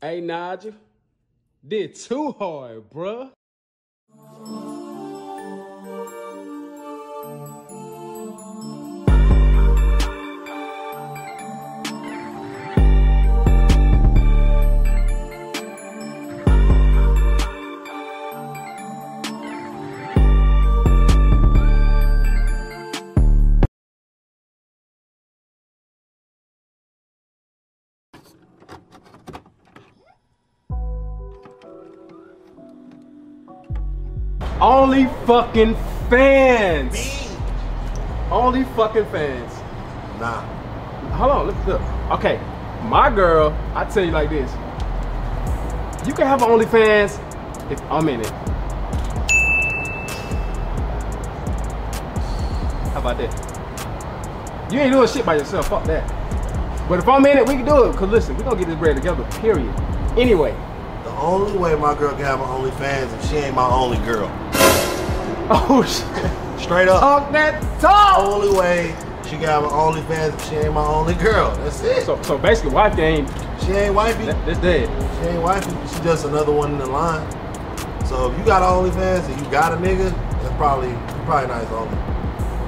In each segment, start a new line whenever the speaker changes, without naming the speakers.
Hey, Nigel, did too hard, bruh. Only fucking fans. Only fucking fans.
Nah.
Hold on, look, look. Okay, my girl, I tell you like this. You can have OnlyFans if I'm in it. How about that? You ain't doing shit by yourself, fuck that. But if I'm in it, we can do it. Cause listen, we gonna get this bread together, period. Anyway.
The only way my girl can have an OnlyFans if she ain't my only girl.
Oh shit.
Straight up.
Talk that talk!
Only way she can have an OnlyFans if she ain't my only girl. That's it.
So so basically wife game,
she ain't wifey.
that- that's dead.
She ain't wifey. She just another one in the line. So if you got an OnlyFans and you got a nigga, that's probably probably not his only.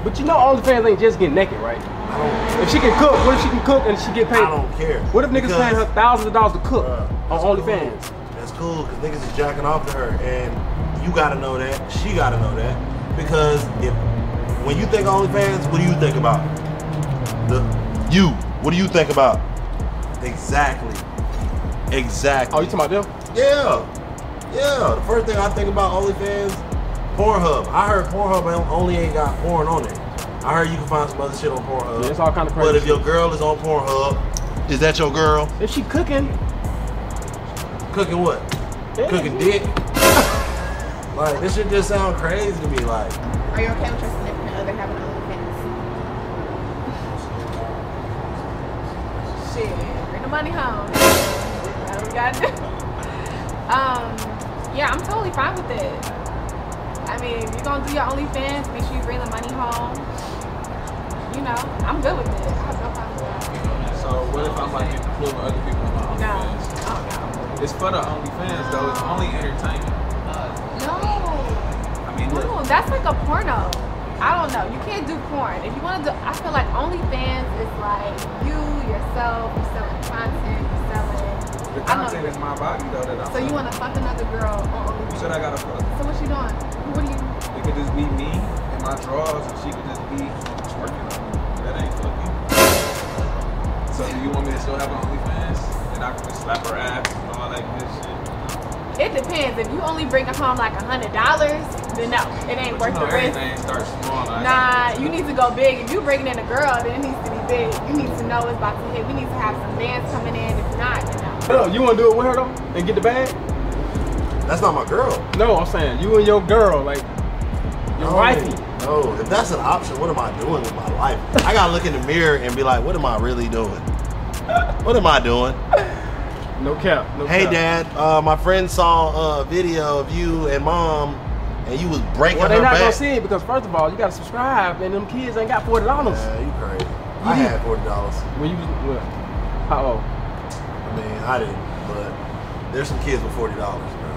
But you know OnlyFans ain't just getting naked, right?
I don't.
If she can cook, what if she can cook and she get paid?
I don't care.
What if niggas
Because-
paying her thousands of dollars to cook
Bruh, that's
on
cool.
OnlyFans?
That's cool because niggas is jacking off to her, and you gotta know that. She gotta know that because if when you think OnlyFans, what do you think about? The you. What do you think about? Exactly. Exactly.
Oh, you talking about them?
yeah, yeah. The first thing I think about OnlyFans, Pornhub. I heard Pornhub on- only ain't got porn on it. I heard you can find some other shit on Pornhub.
Yeah, it's all kind of crazy.
But if your girl is on Pornhub, is that your girl?
If she cooking,
Cooking what?
yeah.
Cooking dick. like this shit just sound crazy to me. Like
Are you okay with your significant other having OnlyFans? Shit, bring the money home. I don't got to. Um, yeah, I'm totally fine with it. I mean, if you're gonna do your OnlyFans, make sure you bring the money home. You know, I'm good with it. I have no problem with that. Oh,
So what if I'm like including other people in my
No,
OnlyFans?
I
It's for the OnlyFans though. It's only entertainment.
don't know. No.
I mean, look.
No, that's like a porno. I don't know. You can't do porn. If you want to do, I feel like OnlyFans is like you, yourself, you selling content, you selling.
The
I don't
content
know.
is my body though that I'm.
So you want to fuck another girl on
You
OnlyFans?
said I gotta fuck.
So what you doing? What are you?
It could just be me and my drawers, and she could just be twerking on me. That ain't fucking. So do you want me to still have an OnlyFans? And I can just slap her ass and all that good shit.
It depends. If you only bring home like a hundred dollars, then no, it ain't
But
worth
you know,
the risk.
everything starts small. I-
Nah, you need to go big. If you bringing in a girl, then it needs to be big. You need to know it's about to hit. We need to have some bands coming in. If not, then no.
Hold on, you wanna do it with her though? And get the bag?
that's not my girl.
No, I'm saying you and your girl, like your
No,
wifey.
No, if that's an option, what am I doing with my life? I gotta look in the mirror and be like, what am I really doing? What am I doing?
No cap. No
Hey,
cap.
Dad. Uh, my friend saw a video of you and Mom, and you was breaking
Well, they
her
not gonna
back.
see it because first of all, you gotta subscribe, and them kids ain't got forty dollars.
Yeah, you crazy. I
You
had forty dollars.
When you was well, how
I mean, I didn't, but there's some kids with forty dollars, bro.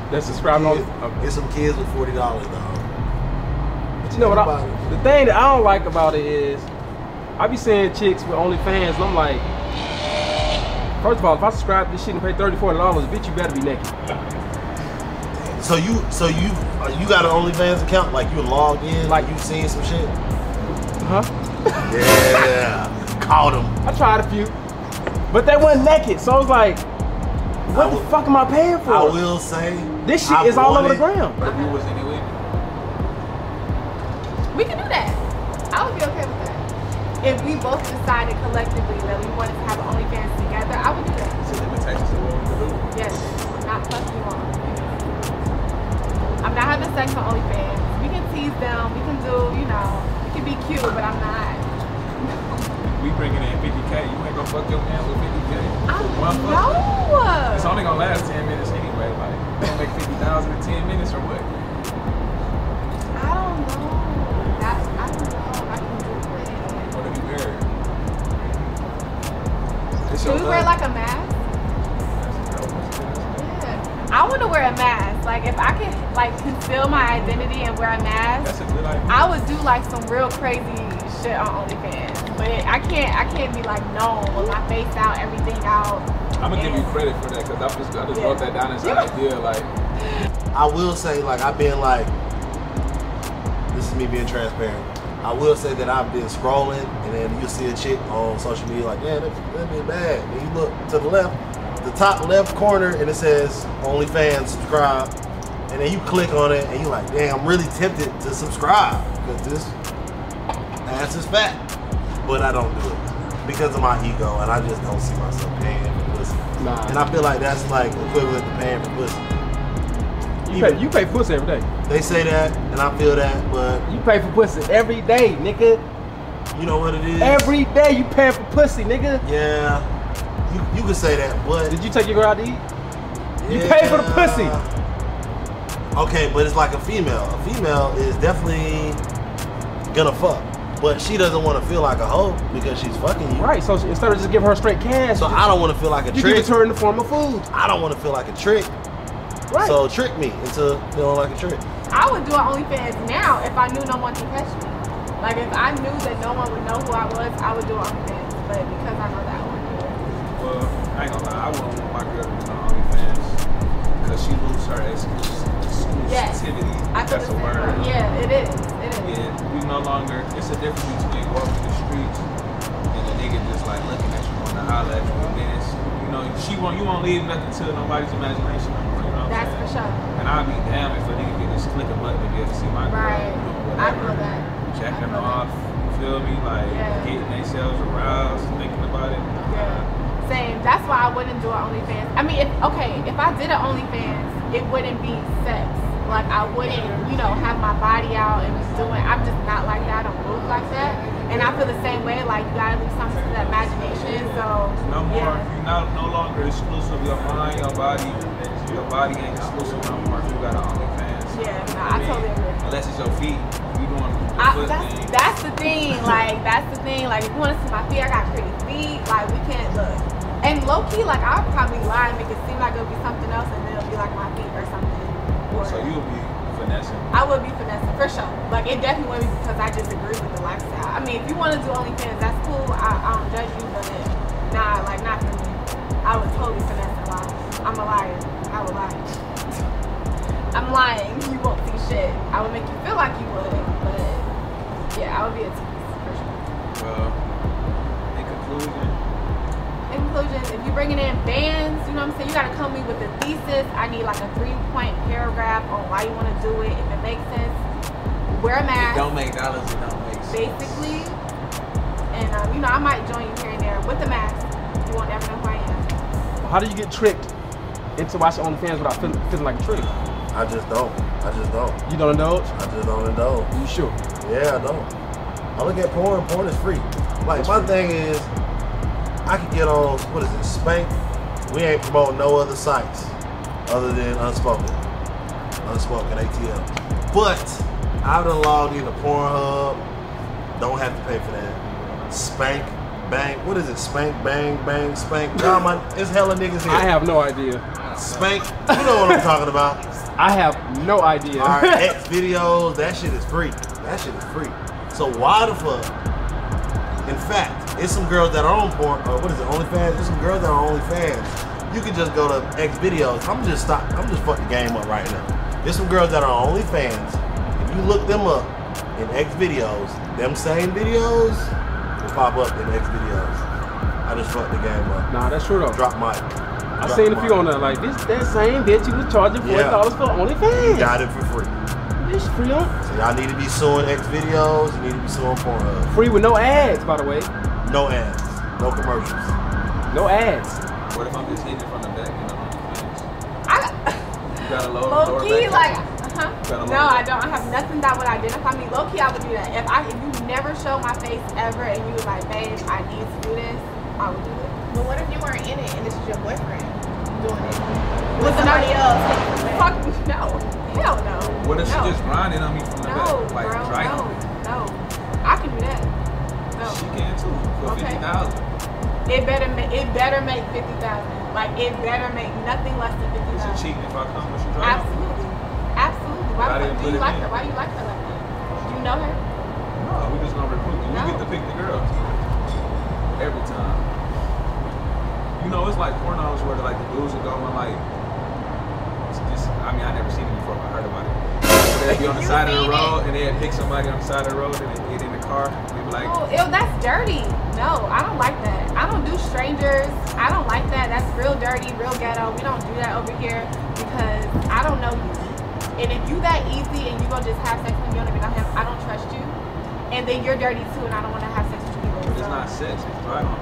old? That's subscribing on.
Kid-
Okay.
There's uh, some kids with forty dollars, though.
But you know what? I, the thing that I don't like about it is, I be seeing chicks with OnlyFans, and I'm like, first of all, if I subscribe to this shit and pay $30, $40, bitch, you better be naked.
So you, so you, uh, you got an OnlyFans account? Like you logged in?
Like-
Like you seen some shit?
Huh?
Yeah, caught him.
I tried a few, but they weren't naked, so I was like, what
I
the
will-
fuck am I paying for?
I will say
This shit
I
is all over the
wanted-
ground.
But if you was in it with me.
We can do that. I would be okay with that. If we both decided collectively that we wanted to have an OnlyFans together, I would do that.
It's a limitation to what we can do.
Yes, not fuck you on. I'm not having sex on OnlyFans. We can tease them. We can do, you know, we can be cute, but I'm not.
We bringing in 50k. You ain't gonna fuck your man with 50k.
I'm
One fuck. It's
no.
only gonna last 10 minutes anyway. Like, you gonna make 50,000 in 10 minutes or what?
I don't know. That I don't know. if I can do it.
What if you married? It's uh,
Should we wear like a I want to wear a mask. Like if I can like conceal my identity and wear a mask,
That's a good idea.
I would do like some real crazy shit on OnlyFans. But I can't I can't be like known with my face out, everything out.
I'm gonna give you credit for that because I just, I just wrote that down as an
Yeah.
idea. Like,
I will say, like, I've been like, this is me being transparent. I will say that I've been scrolling, and then you see a chick on social media, like, yeah, that, that be bad. Then you look to the left, the top left corner, and it says OnlyFans subscribe. And then you click on it, and you're like, damn, I'm really tempted to subscribe because this ass is fat. But I don't do it because of my ego, and I just don't see myself paying for pussy.
Nah.
And I feel like that's like equivalent to paying for pussy.
You pay, you pay for pussy every day.
They say that, and I feel that, but
You pay for pussy every day, nigga.
you know what it is.
Every day you pay for pussy, nigga.
yeah, you, you could say that, but
Did you take your girl out to eat? you pay for the pussy.
Yeah. Okay, but it's like a female. A female is definitely gonna fuck, but she doesn't want to feel like a hoe because she's fucking you.
Right. So she- instead of just giving her straight cash,
So I don't want to feel like a
you give
trick.
it to her in the form of food.
I don't want to feel like a trick.
Right.
So trick me into feeling like a trick.
I would do an OnlyFans now if I knew no one could catch me. Like if I knew that no one would know who I was, I would do an OnlyFans. But because I know that one,
well, I ain't gonna lie, I wouldn't want my girl to be on OnlyFans because she loses her exclusivity.
Yes. I feel
That's
the
a
same
word.
way. Yeah, it is. It is.
Yeah, we no longer. It's a difference between walking the streets and a nigga just like looking at you on the holler at you. And then it's, you know, she won't. You won't leave nothing to nobody's imagination. You know what I'm
That's for
saying?
sure.
And I'd be damned if a nigga could just click a button to be able to see my girl.
Right.
doing
I
whatever.
feel that. I
Jacking
feel that.
off. You feel me? Like
Yeah.
getting themselves aroused, thinking about it.
Yeah. Same. That's why I wouldn't do an OnlyFans. I mean, if okay, if I did an OnlyFans, it wouldn't be sex. Like I wouldn't, you know, have my body out and just doing. I'm just not like that. I don't move like that. And I feel the same way. Like you gotta leave something to the imagination. So
No more.
Yeah.
You're not no longer exclusive. Your mind, your body, your body ain't exclusive no more. If you got an OnlyFans.
Yeah, no, I totally agree.
Unless it's your feet, you doing the
I,
foot
that's
thing.
that's the thing. Like that's the thing. Like if you want to see my feet, I got pretty feet. Like we can't look. And low key, like I'll probably lie and make it seem like it'll be something else, and then it'll be like my feet or something. Or,
so you'll be finessing.
I would be finessing for sure. Like it definitely would be because I just agree with the lifestyle. I mean, if you want to do OnlyFans, that's cool. I, I don't judge you, but nah, like not for me. I would totally finesse a lie. I'm a liar. I would lie. I'm lying. You won't see shit. I would make you feel like you would, but yeah, I would be a tease for sure.
Well, in conclusion,
In conclusion, if you're bringing in bands, you know what I'm saying, you gotta come me with a thesis. I need like a three-point paragraph on why you want to do it. If it makes sense, wear a
it
mask.
don't make dollars. It don't make sense.
basically. And um, you know, I might join you here and there with the mask. You won't ever know who I am.
How do you get tricked into watching OnlyFans without feeling, feeling like a trick?
I just don't. I just don't.
You don't indulge?
I just don't indulge.
You sure?
Yeah, I don't. I look at porn. Porn is free. Like my thing is, I could get on what is it, Spank? We ain't promoting no other sites other than Unspoken, Unspoken ATL. But I've done logged into Pornhub. Don't have to pay for that. Spank, bang. What is it? Spank, bang, bang, spank. Nah, my, it's hella niggas here.
I have no idea.
spank. You know what I'm talking about.
I have no idea.
Our X videos, that shit is free. That shit is free. So why the fuck? In fact, it's some girls that are on porn. Or what is it? OnlyFans. There's some girls that are OnlyFans. You can just go to X videos. I'm just stop. I'm just fucking game up right now. There's some girls that are on OnlyFans. If you look them up in X videos, them same videos will pop up in X videos. I just fucked the game up.
nah, that's true though.
Drop mic.
I seen a few on there like this. That same bitch you was charging forty
Yeah.
dollars for OnlyFans.
Got it for free.
This free on
So y'all need to be suing X videos. You need to be suing Pornhub.
free with no ads, by the way.
No ads, no commercials.
No ads.
What if I'm just hitting it from the back? You know, OnlyFans?
I
You gotta lower
low
lower
key, like,
back. Got
uh-huh.
a
no,
lower
I
back.
don't. I have nothing that would identify me. Low key, I would do that. If I, if you never show my face ever, and you was like, babe, I need to do this, I would do it.
But what if you weren't in it and this is your boyfriend doing it?
With
With somebody
another-
else taking it back?
Fuck no, hell no.
What if
no.
she just grinding on me from the
No,
back? Like
bro,
dry
no,
humping?
no. I can do that. No.
She can too for
Okay.
fifty thousand.
It better make it better make fifty thousand. Like it better make nothing less than fifty
Is it
dollars.
cheating if I come with you driving?
Absolutely, absolutely. Why,
Why
the
they
fuck do
put
you
it
like
in?
her? Why do you like her like that? Do you know her?
No, we just gonna recruit you. We
No.
get to pick the girls every time. You know, it's like pornos where like the dudes are going like. it's just- I mean, I never seen it before, but I heard about it. So they'd be on the
You
side of the
seen it?
road, and they'd pick somebody on the side of the road, and they'd get in the car, and they'd be like,
oh, ew, that's dirty. No, I don't like that. I don't do strangers. I don't like that. That's real dirty, real ghetto. We don't do that over here because I don't know you. And if you that easy and you gonna just have sex with me, I don't, even have, I don't trust you. And then you're dirty too, and I don't want to have sex with you.
"But "It's
So-
not sex, it's right on."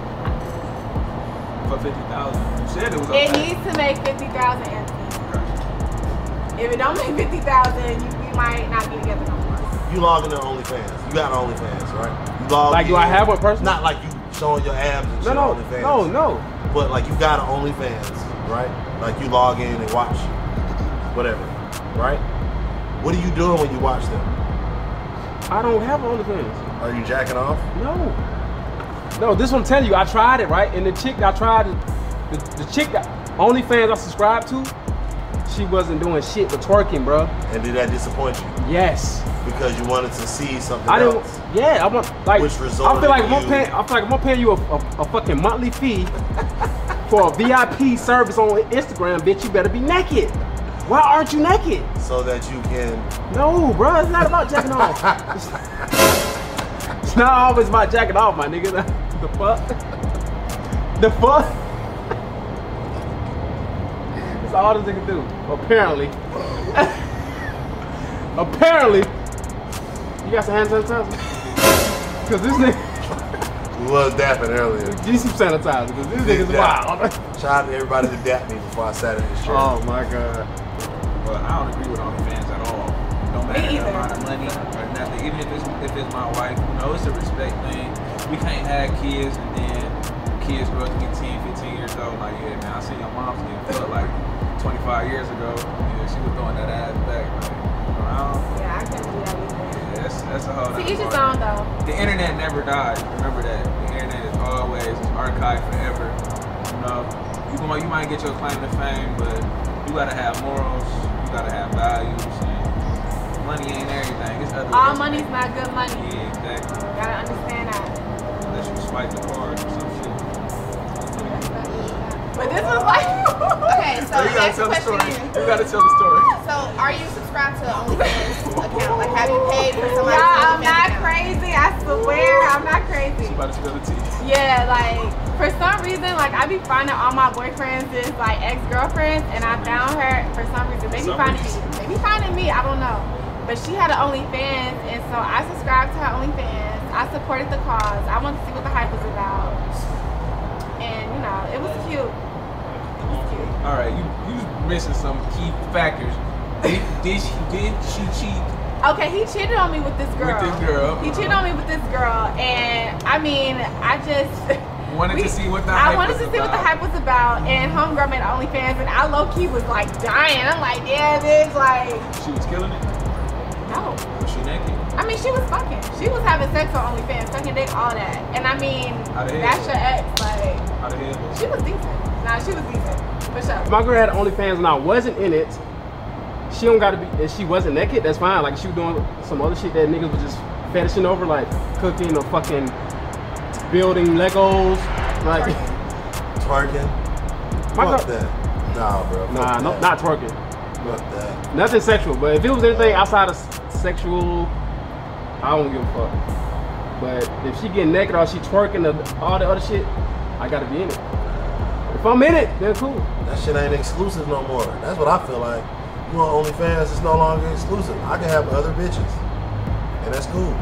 For fifty thousand, you said it was okay.
It needs to make fifty thousand, Anthony. If it don't make fifty thousand, you we might not be together no more.
You log into OnlyFans. You got OnlyFans, right? You log
Like, do
in.
I have one personally?
Not like you showing your abs and
No,
shit
no,
on OnlyFans.
no, no.
But like you got an OnlyFans, right? Like you log in and watch whatever, right? What are you doing when you watch them?
I don't have OnlyFans.
Are you jacking off?
No. No, this one I'm telling you, I tried it, right? And the chick I tried, the, the chick that OnlyFans I subscribed to, she wasn't doing shit but twerking, bro.
And did that disappoint you?
Yes.
Because you wanted to see something
I didn't.
else.
Yeah, I want like.
Which
I feel like
resulted
if I'm
in
paying.
you-
I feel like if I'm paying you a, a, a fucking monthly fee for a VIP service on Instagram, bitch. You better be naked. Why aren't you naked?
So that you can
No, bro. It's not about jacking off. It's, it's not always about jacking off, my nigga. The fuck. The fuck. That's all this nigga do. Apparently. Apparently. You got some hand sanitizer? Cause this nigga,
we was dapping earlier.
you some sanitizer. Cause this nigga's
Yeah.
wild.
Shout out to everybody that dapped me before I sat in this chair.
Oh my god.
But I don't agree with OnlyFans at all. No matter the
either.
amount of money or nothing. Even if it's if it's my wife, you know, it's a respect thing. We can't have kids and then kids grow up to be 10, 15 years old. Like, yeah, man, I seen your mom's getting fucked like 25 years ago. Yeah, she was throwing that ass back. Like, you know, I don't-
Yeah, I couldn't do that either.
yeah, that's, that's a
To
whole nother
each his own
part.
though.
The internet never dies. Remember that. The internet is always it's archived forever. You know, you might you might get your claim to fame, but you gotta have morals. You gotta have values. And money ain't everything. It's other.
All
ways.
money's not good money.
Yeah, exactly.
Gotta understand that.
Unless you swipe the card or some shit.
But this was like
Okay, so
you gotta
next
tell the
question
story.
is,
You gotta tell the story.
so are you subscribed to OnlyFans account? Like, have you paid for
Y'all, I'm
somebody's OnlyFans
not
account?
crazy. I swear, I'm not crazy.
She about to spill the tea.
Yeah, like for some reason, like I be finding all my boyfriends is like ex girlfriends, and I found her for some reason. Maybe
Some
finding
reason.
me, maybe finding me. I don't know. But she had an OnlyFans, and so I subscribed to her OnlyFans. I supported the cause. I wanted to see what the hype was about, and you know, it was cute. It was cute.
All right, you you missing some key factors. Did, did she did she cheat?
Okay, he cheated on me with this
With
girl.
this girl.
He cheated on me with this girl, and I mean, I just
Wanted to see what the
I
hype
wanted
was
to see what the
about.
hype was about, and homegirl made OnlyFans, and I low key was like dying. I'm like, yeah, bitch, like
She was killing it.
no.
Was she naked?
I mean, she was fucking. She was having sex on OnlyFans, fucking dick, all that. And I mean,
How the hell?
that's your ex, like
How the hell? was
she was decent. Nah, she was decent for
If
sure.
my girl had OnlyFans and I wasn't in it, she don't gotta be. If she wasn't naked, that's fine. Like she was doing some other shit that niggas was just fetishing over, like cooking or fucking building Legos. Like
Twerking.
my
Fuck
girl,
that. Nah, bro. Fuck
nah, no,
that.
not twerking.
Fuck that.
Nothing sexual, but if it was anything outside of s- sexual, I don't give a fuck. But if she getting naked or she twerking or all the other shit, I gotta be in it. If I'm in it, then cool.
That shit ain't exclusive no more. That's what I feel like. You on OnlyFans, it's no longer exclusive. I can have other bitches. And that's cool.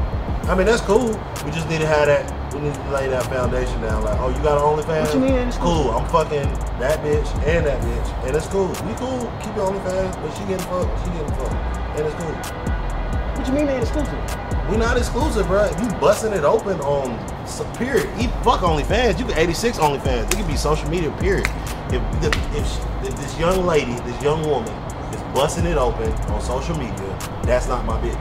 I mean, that's cool. We just need to have that, we need to lay that foundation down. Like, oh, you got an OnlyFans?
What you mean? It's
Cool. I'm fucking that bitch and that bitch. And it's cool. We cool. Keep your OnlyFans, but she getting fucked. She getting fucked. And it's cool.
What you mean they exclusive?
We not exclusive, bro. If you busting it open on s- period, eat fuck OnlyFans. You can 86 OnlyFans. It could be social media. Period. If the, if, sh- if this young lady, this young woman, is busting it open on social media, that's not my bitch.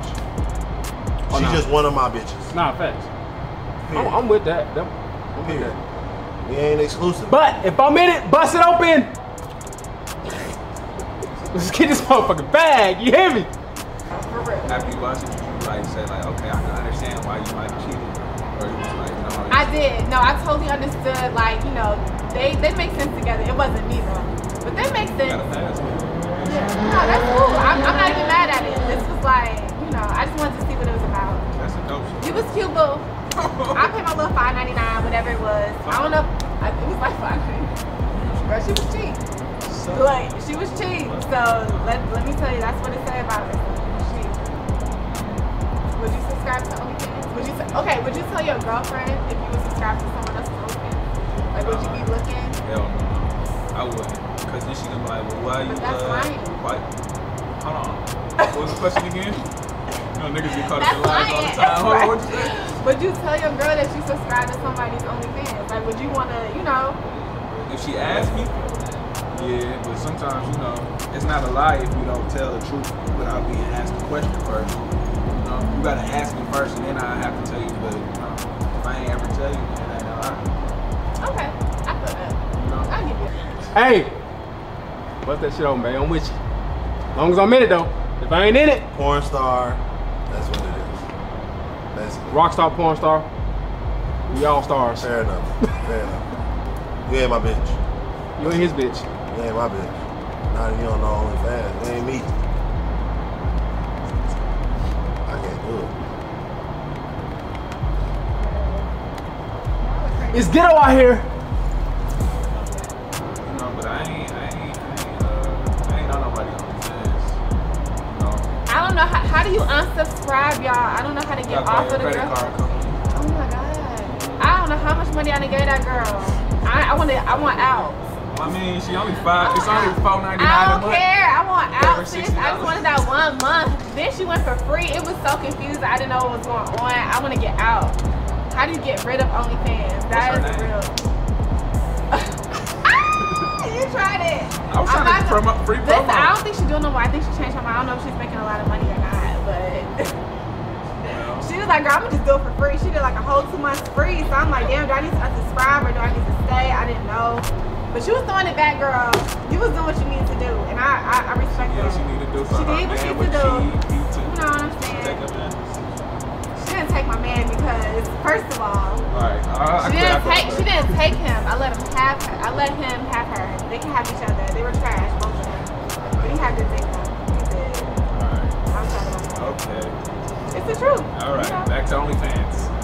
Oh,
She
nah.
just one of my bitches.
Nah, facts. I'm,
Period.
I'm with that. That- I'm with
Period.
that.
We ain't exclusive.
But if I'm in it, bust it open. Let's get this motherfucking bag. You hear me?
For real.
After you watch it, did you like say like, okay, I can understand why you might be cheating, or you was like, no,
I did. No, I totally understood. Like, you know, they they make sense together. It wasn't me though, but they make
you gotta
sense.
pass.
Yeah. No, that's cool. I'm, I'm not even mad at it. This was like, you know, I just wanted to see what it was about.
That's a dope shit.
You was cute, boo. I paid my little five ninety nine, whatever it was. I don't know. I think it was like five ninety. But she was cheap. Like she was cheap. So let let me tell you, that's what it said about her. Cheap. Would you subscribe to OnlyFans? Would you s- okay? Would you tell your girlfriend if you would subscribe to someone else's OnlyFans? Like, would you be looking?
Hell no, I wouldn't, cause then she gonna be like, well, why you?
But that's
uh,
lying.
Why? Hold on. What was the question again? You know, niggas get caught up in
That's
lies all the
lying.
time. Hold on, what you say?
Would you tell your girl that you subscribe to somebody's OnlyFans? Like, would you wanna, you know?
If she asked me, yeah, but sometimes, you know, it's not a lie if you don't tell the truth without being asked the question first. You know, you gotta ask me first and then I have to tell you, but, you know, if I ain't ever tell you, then I ain't a lie.
Okay, I feel that.
You know?
I give you.
Hey, bust that shit open, man. I'm with you. As long as I'm in it though. If I ain't in it,
Porn star. That's what it is. Basically.
rock star, porn star, we all stars.
Fair enough. Fair enough. You ain't my bitch.
You ain't his bitch.
You ain't my bitch. Not if you don't know OnlyFans. You ain't me. I can't do it.
It's ghetto out here.
You know, but I ain't, I ain't, I ain't, uh, I ain't on nobody on this.
I don't know how, how do you unsubscribe, y'all? I don't know how to
You know,
get
gotta
off of
call
the
your credit
girl.
card company.
Oh my god. I don't know how much money I done gave that girl. I, I want to, I want out.
I mean, she only five, it's only four
I
ninety nine a
don't
month.
care. I want
Gave her
out, sis. I
$60.
just wanted that one month. Then she went for free. It was so confusing. I didn't know what was going on. I want to get out. How do you get rid of OnlyFans? That
What's
is
her name?
real. Ah, you tried it.
I was
I'm
trying to
not
promo-
gonna-
free
Listen,
promo.
I don't think she's doing no more. I think she changed her mind. I don't know if she's making a lot of money or not, but.
Well,
She was like, girl, I'm gonna just do it for free. She did like a whole two months free. So I'm like, damn, do I need to unsubscribe or do I need to stay? I didn't know. But you was throwing it back, girl. You was doing what you needed to do. And I, I, I respect
Yeah,
that.
she need to do
She
something.
did what she
man,
need to
but
do.
She, he
You
took,
know what I'm
she
saying?
take up that.
She didn't take my man because, first of all,
Alright,
she
uh, I, I quit
didn't
after
take
that.
she didn't take him. I let him have her. I let him have her. They can have each other. They were trash, both of them. But he had to take them. He did.
Alright,
I'm talking about
okay.
It's the truth.
Alright,
You know?
back to OnlyFans.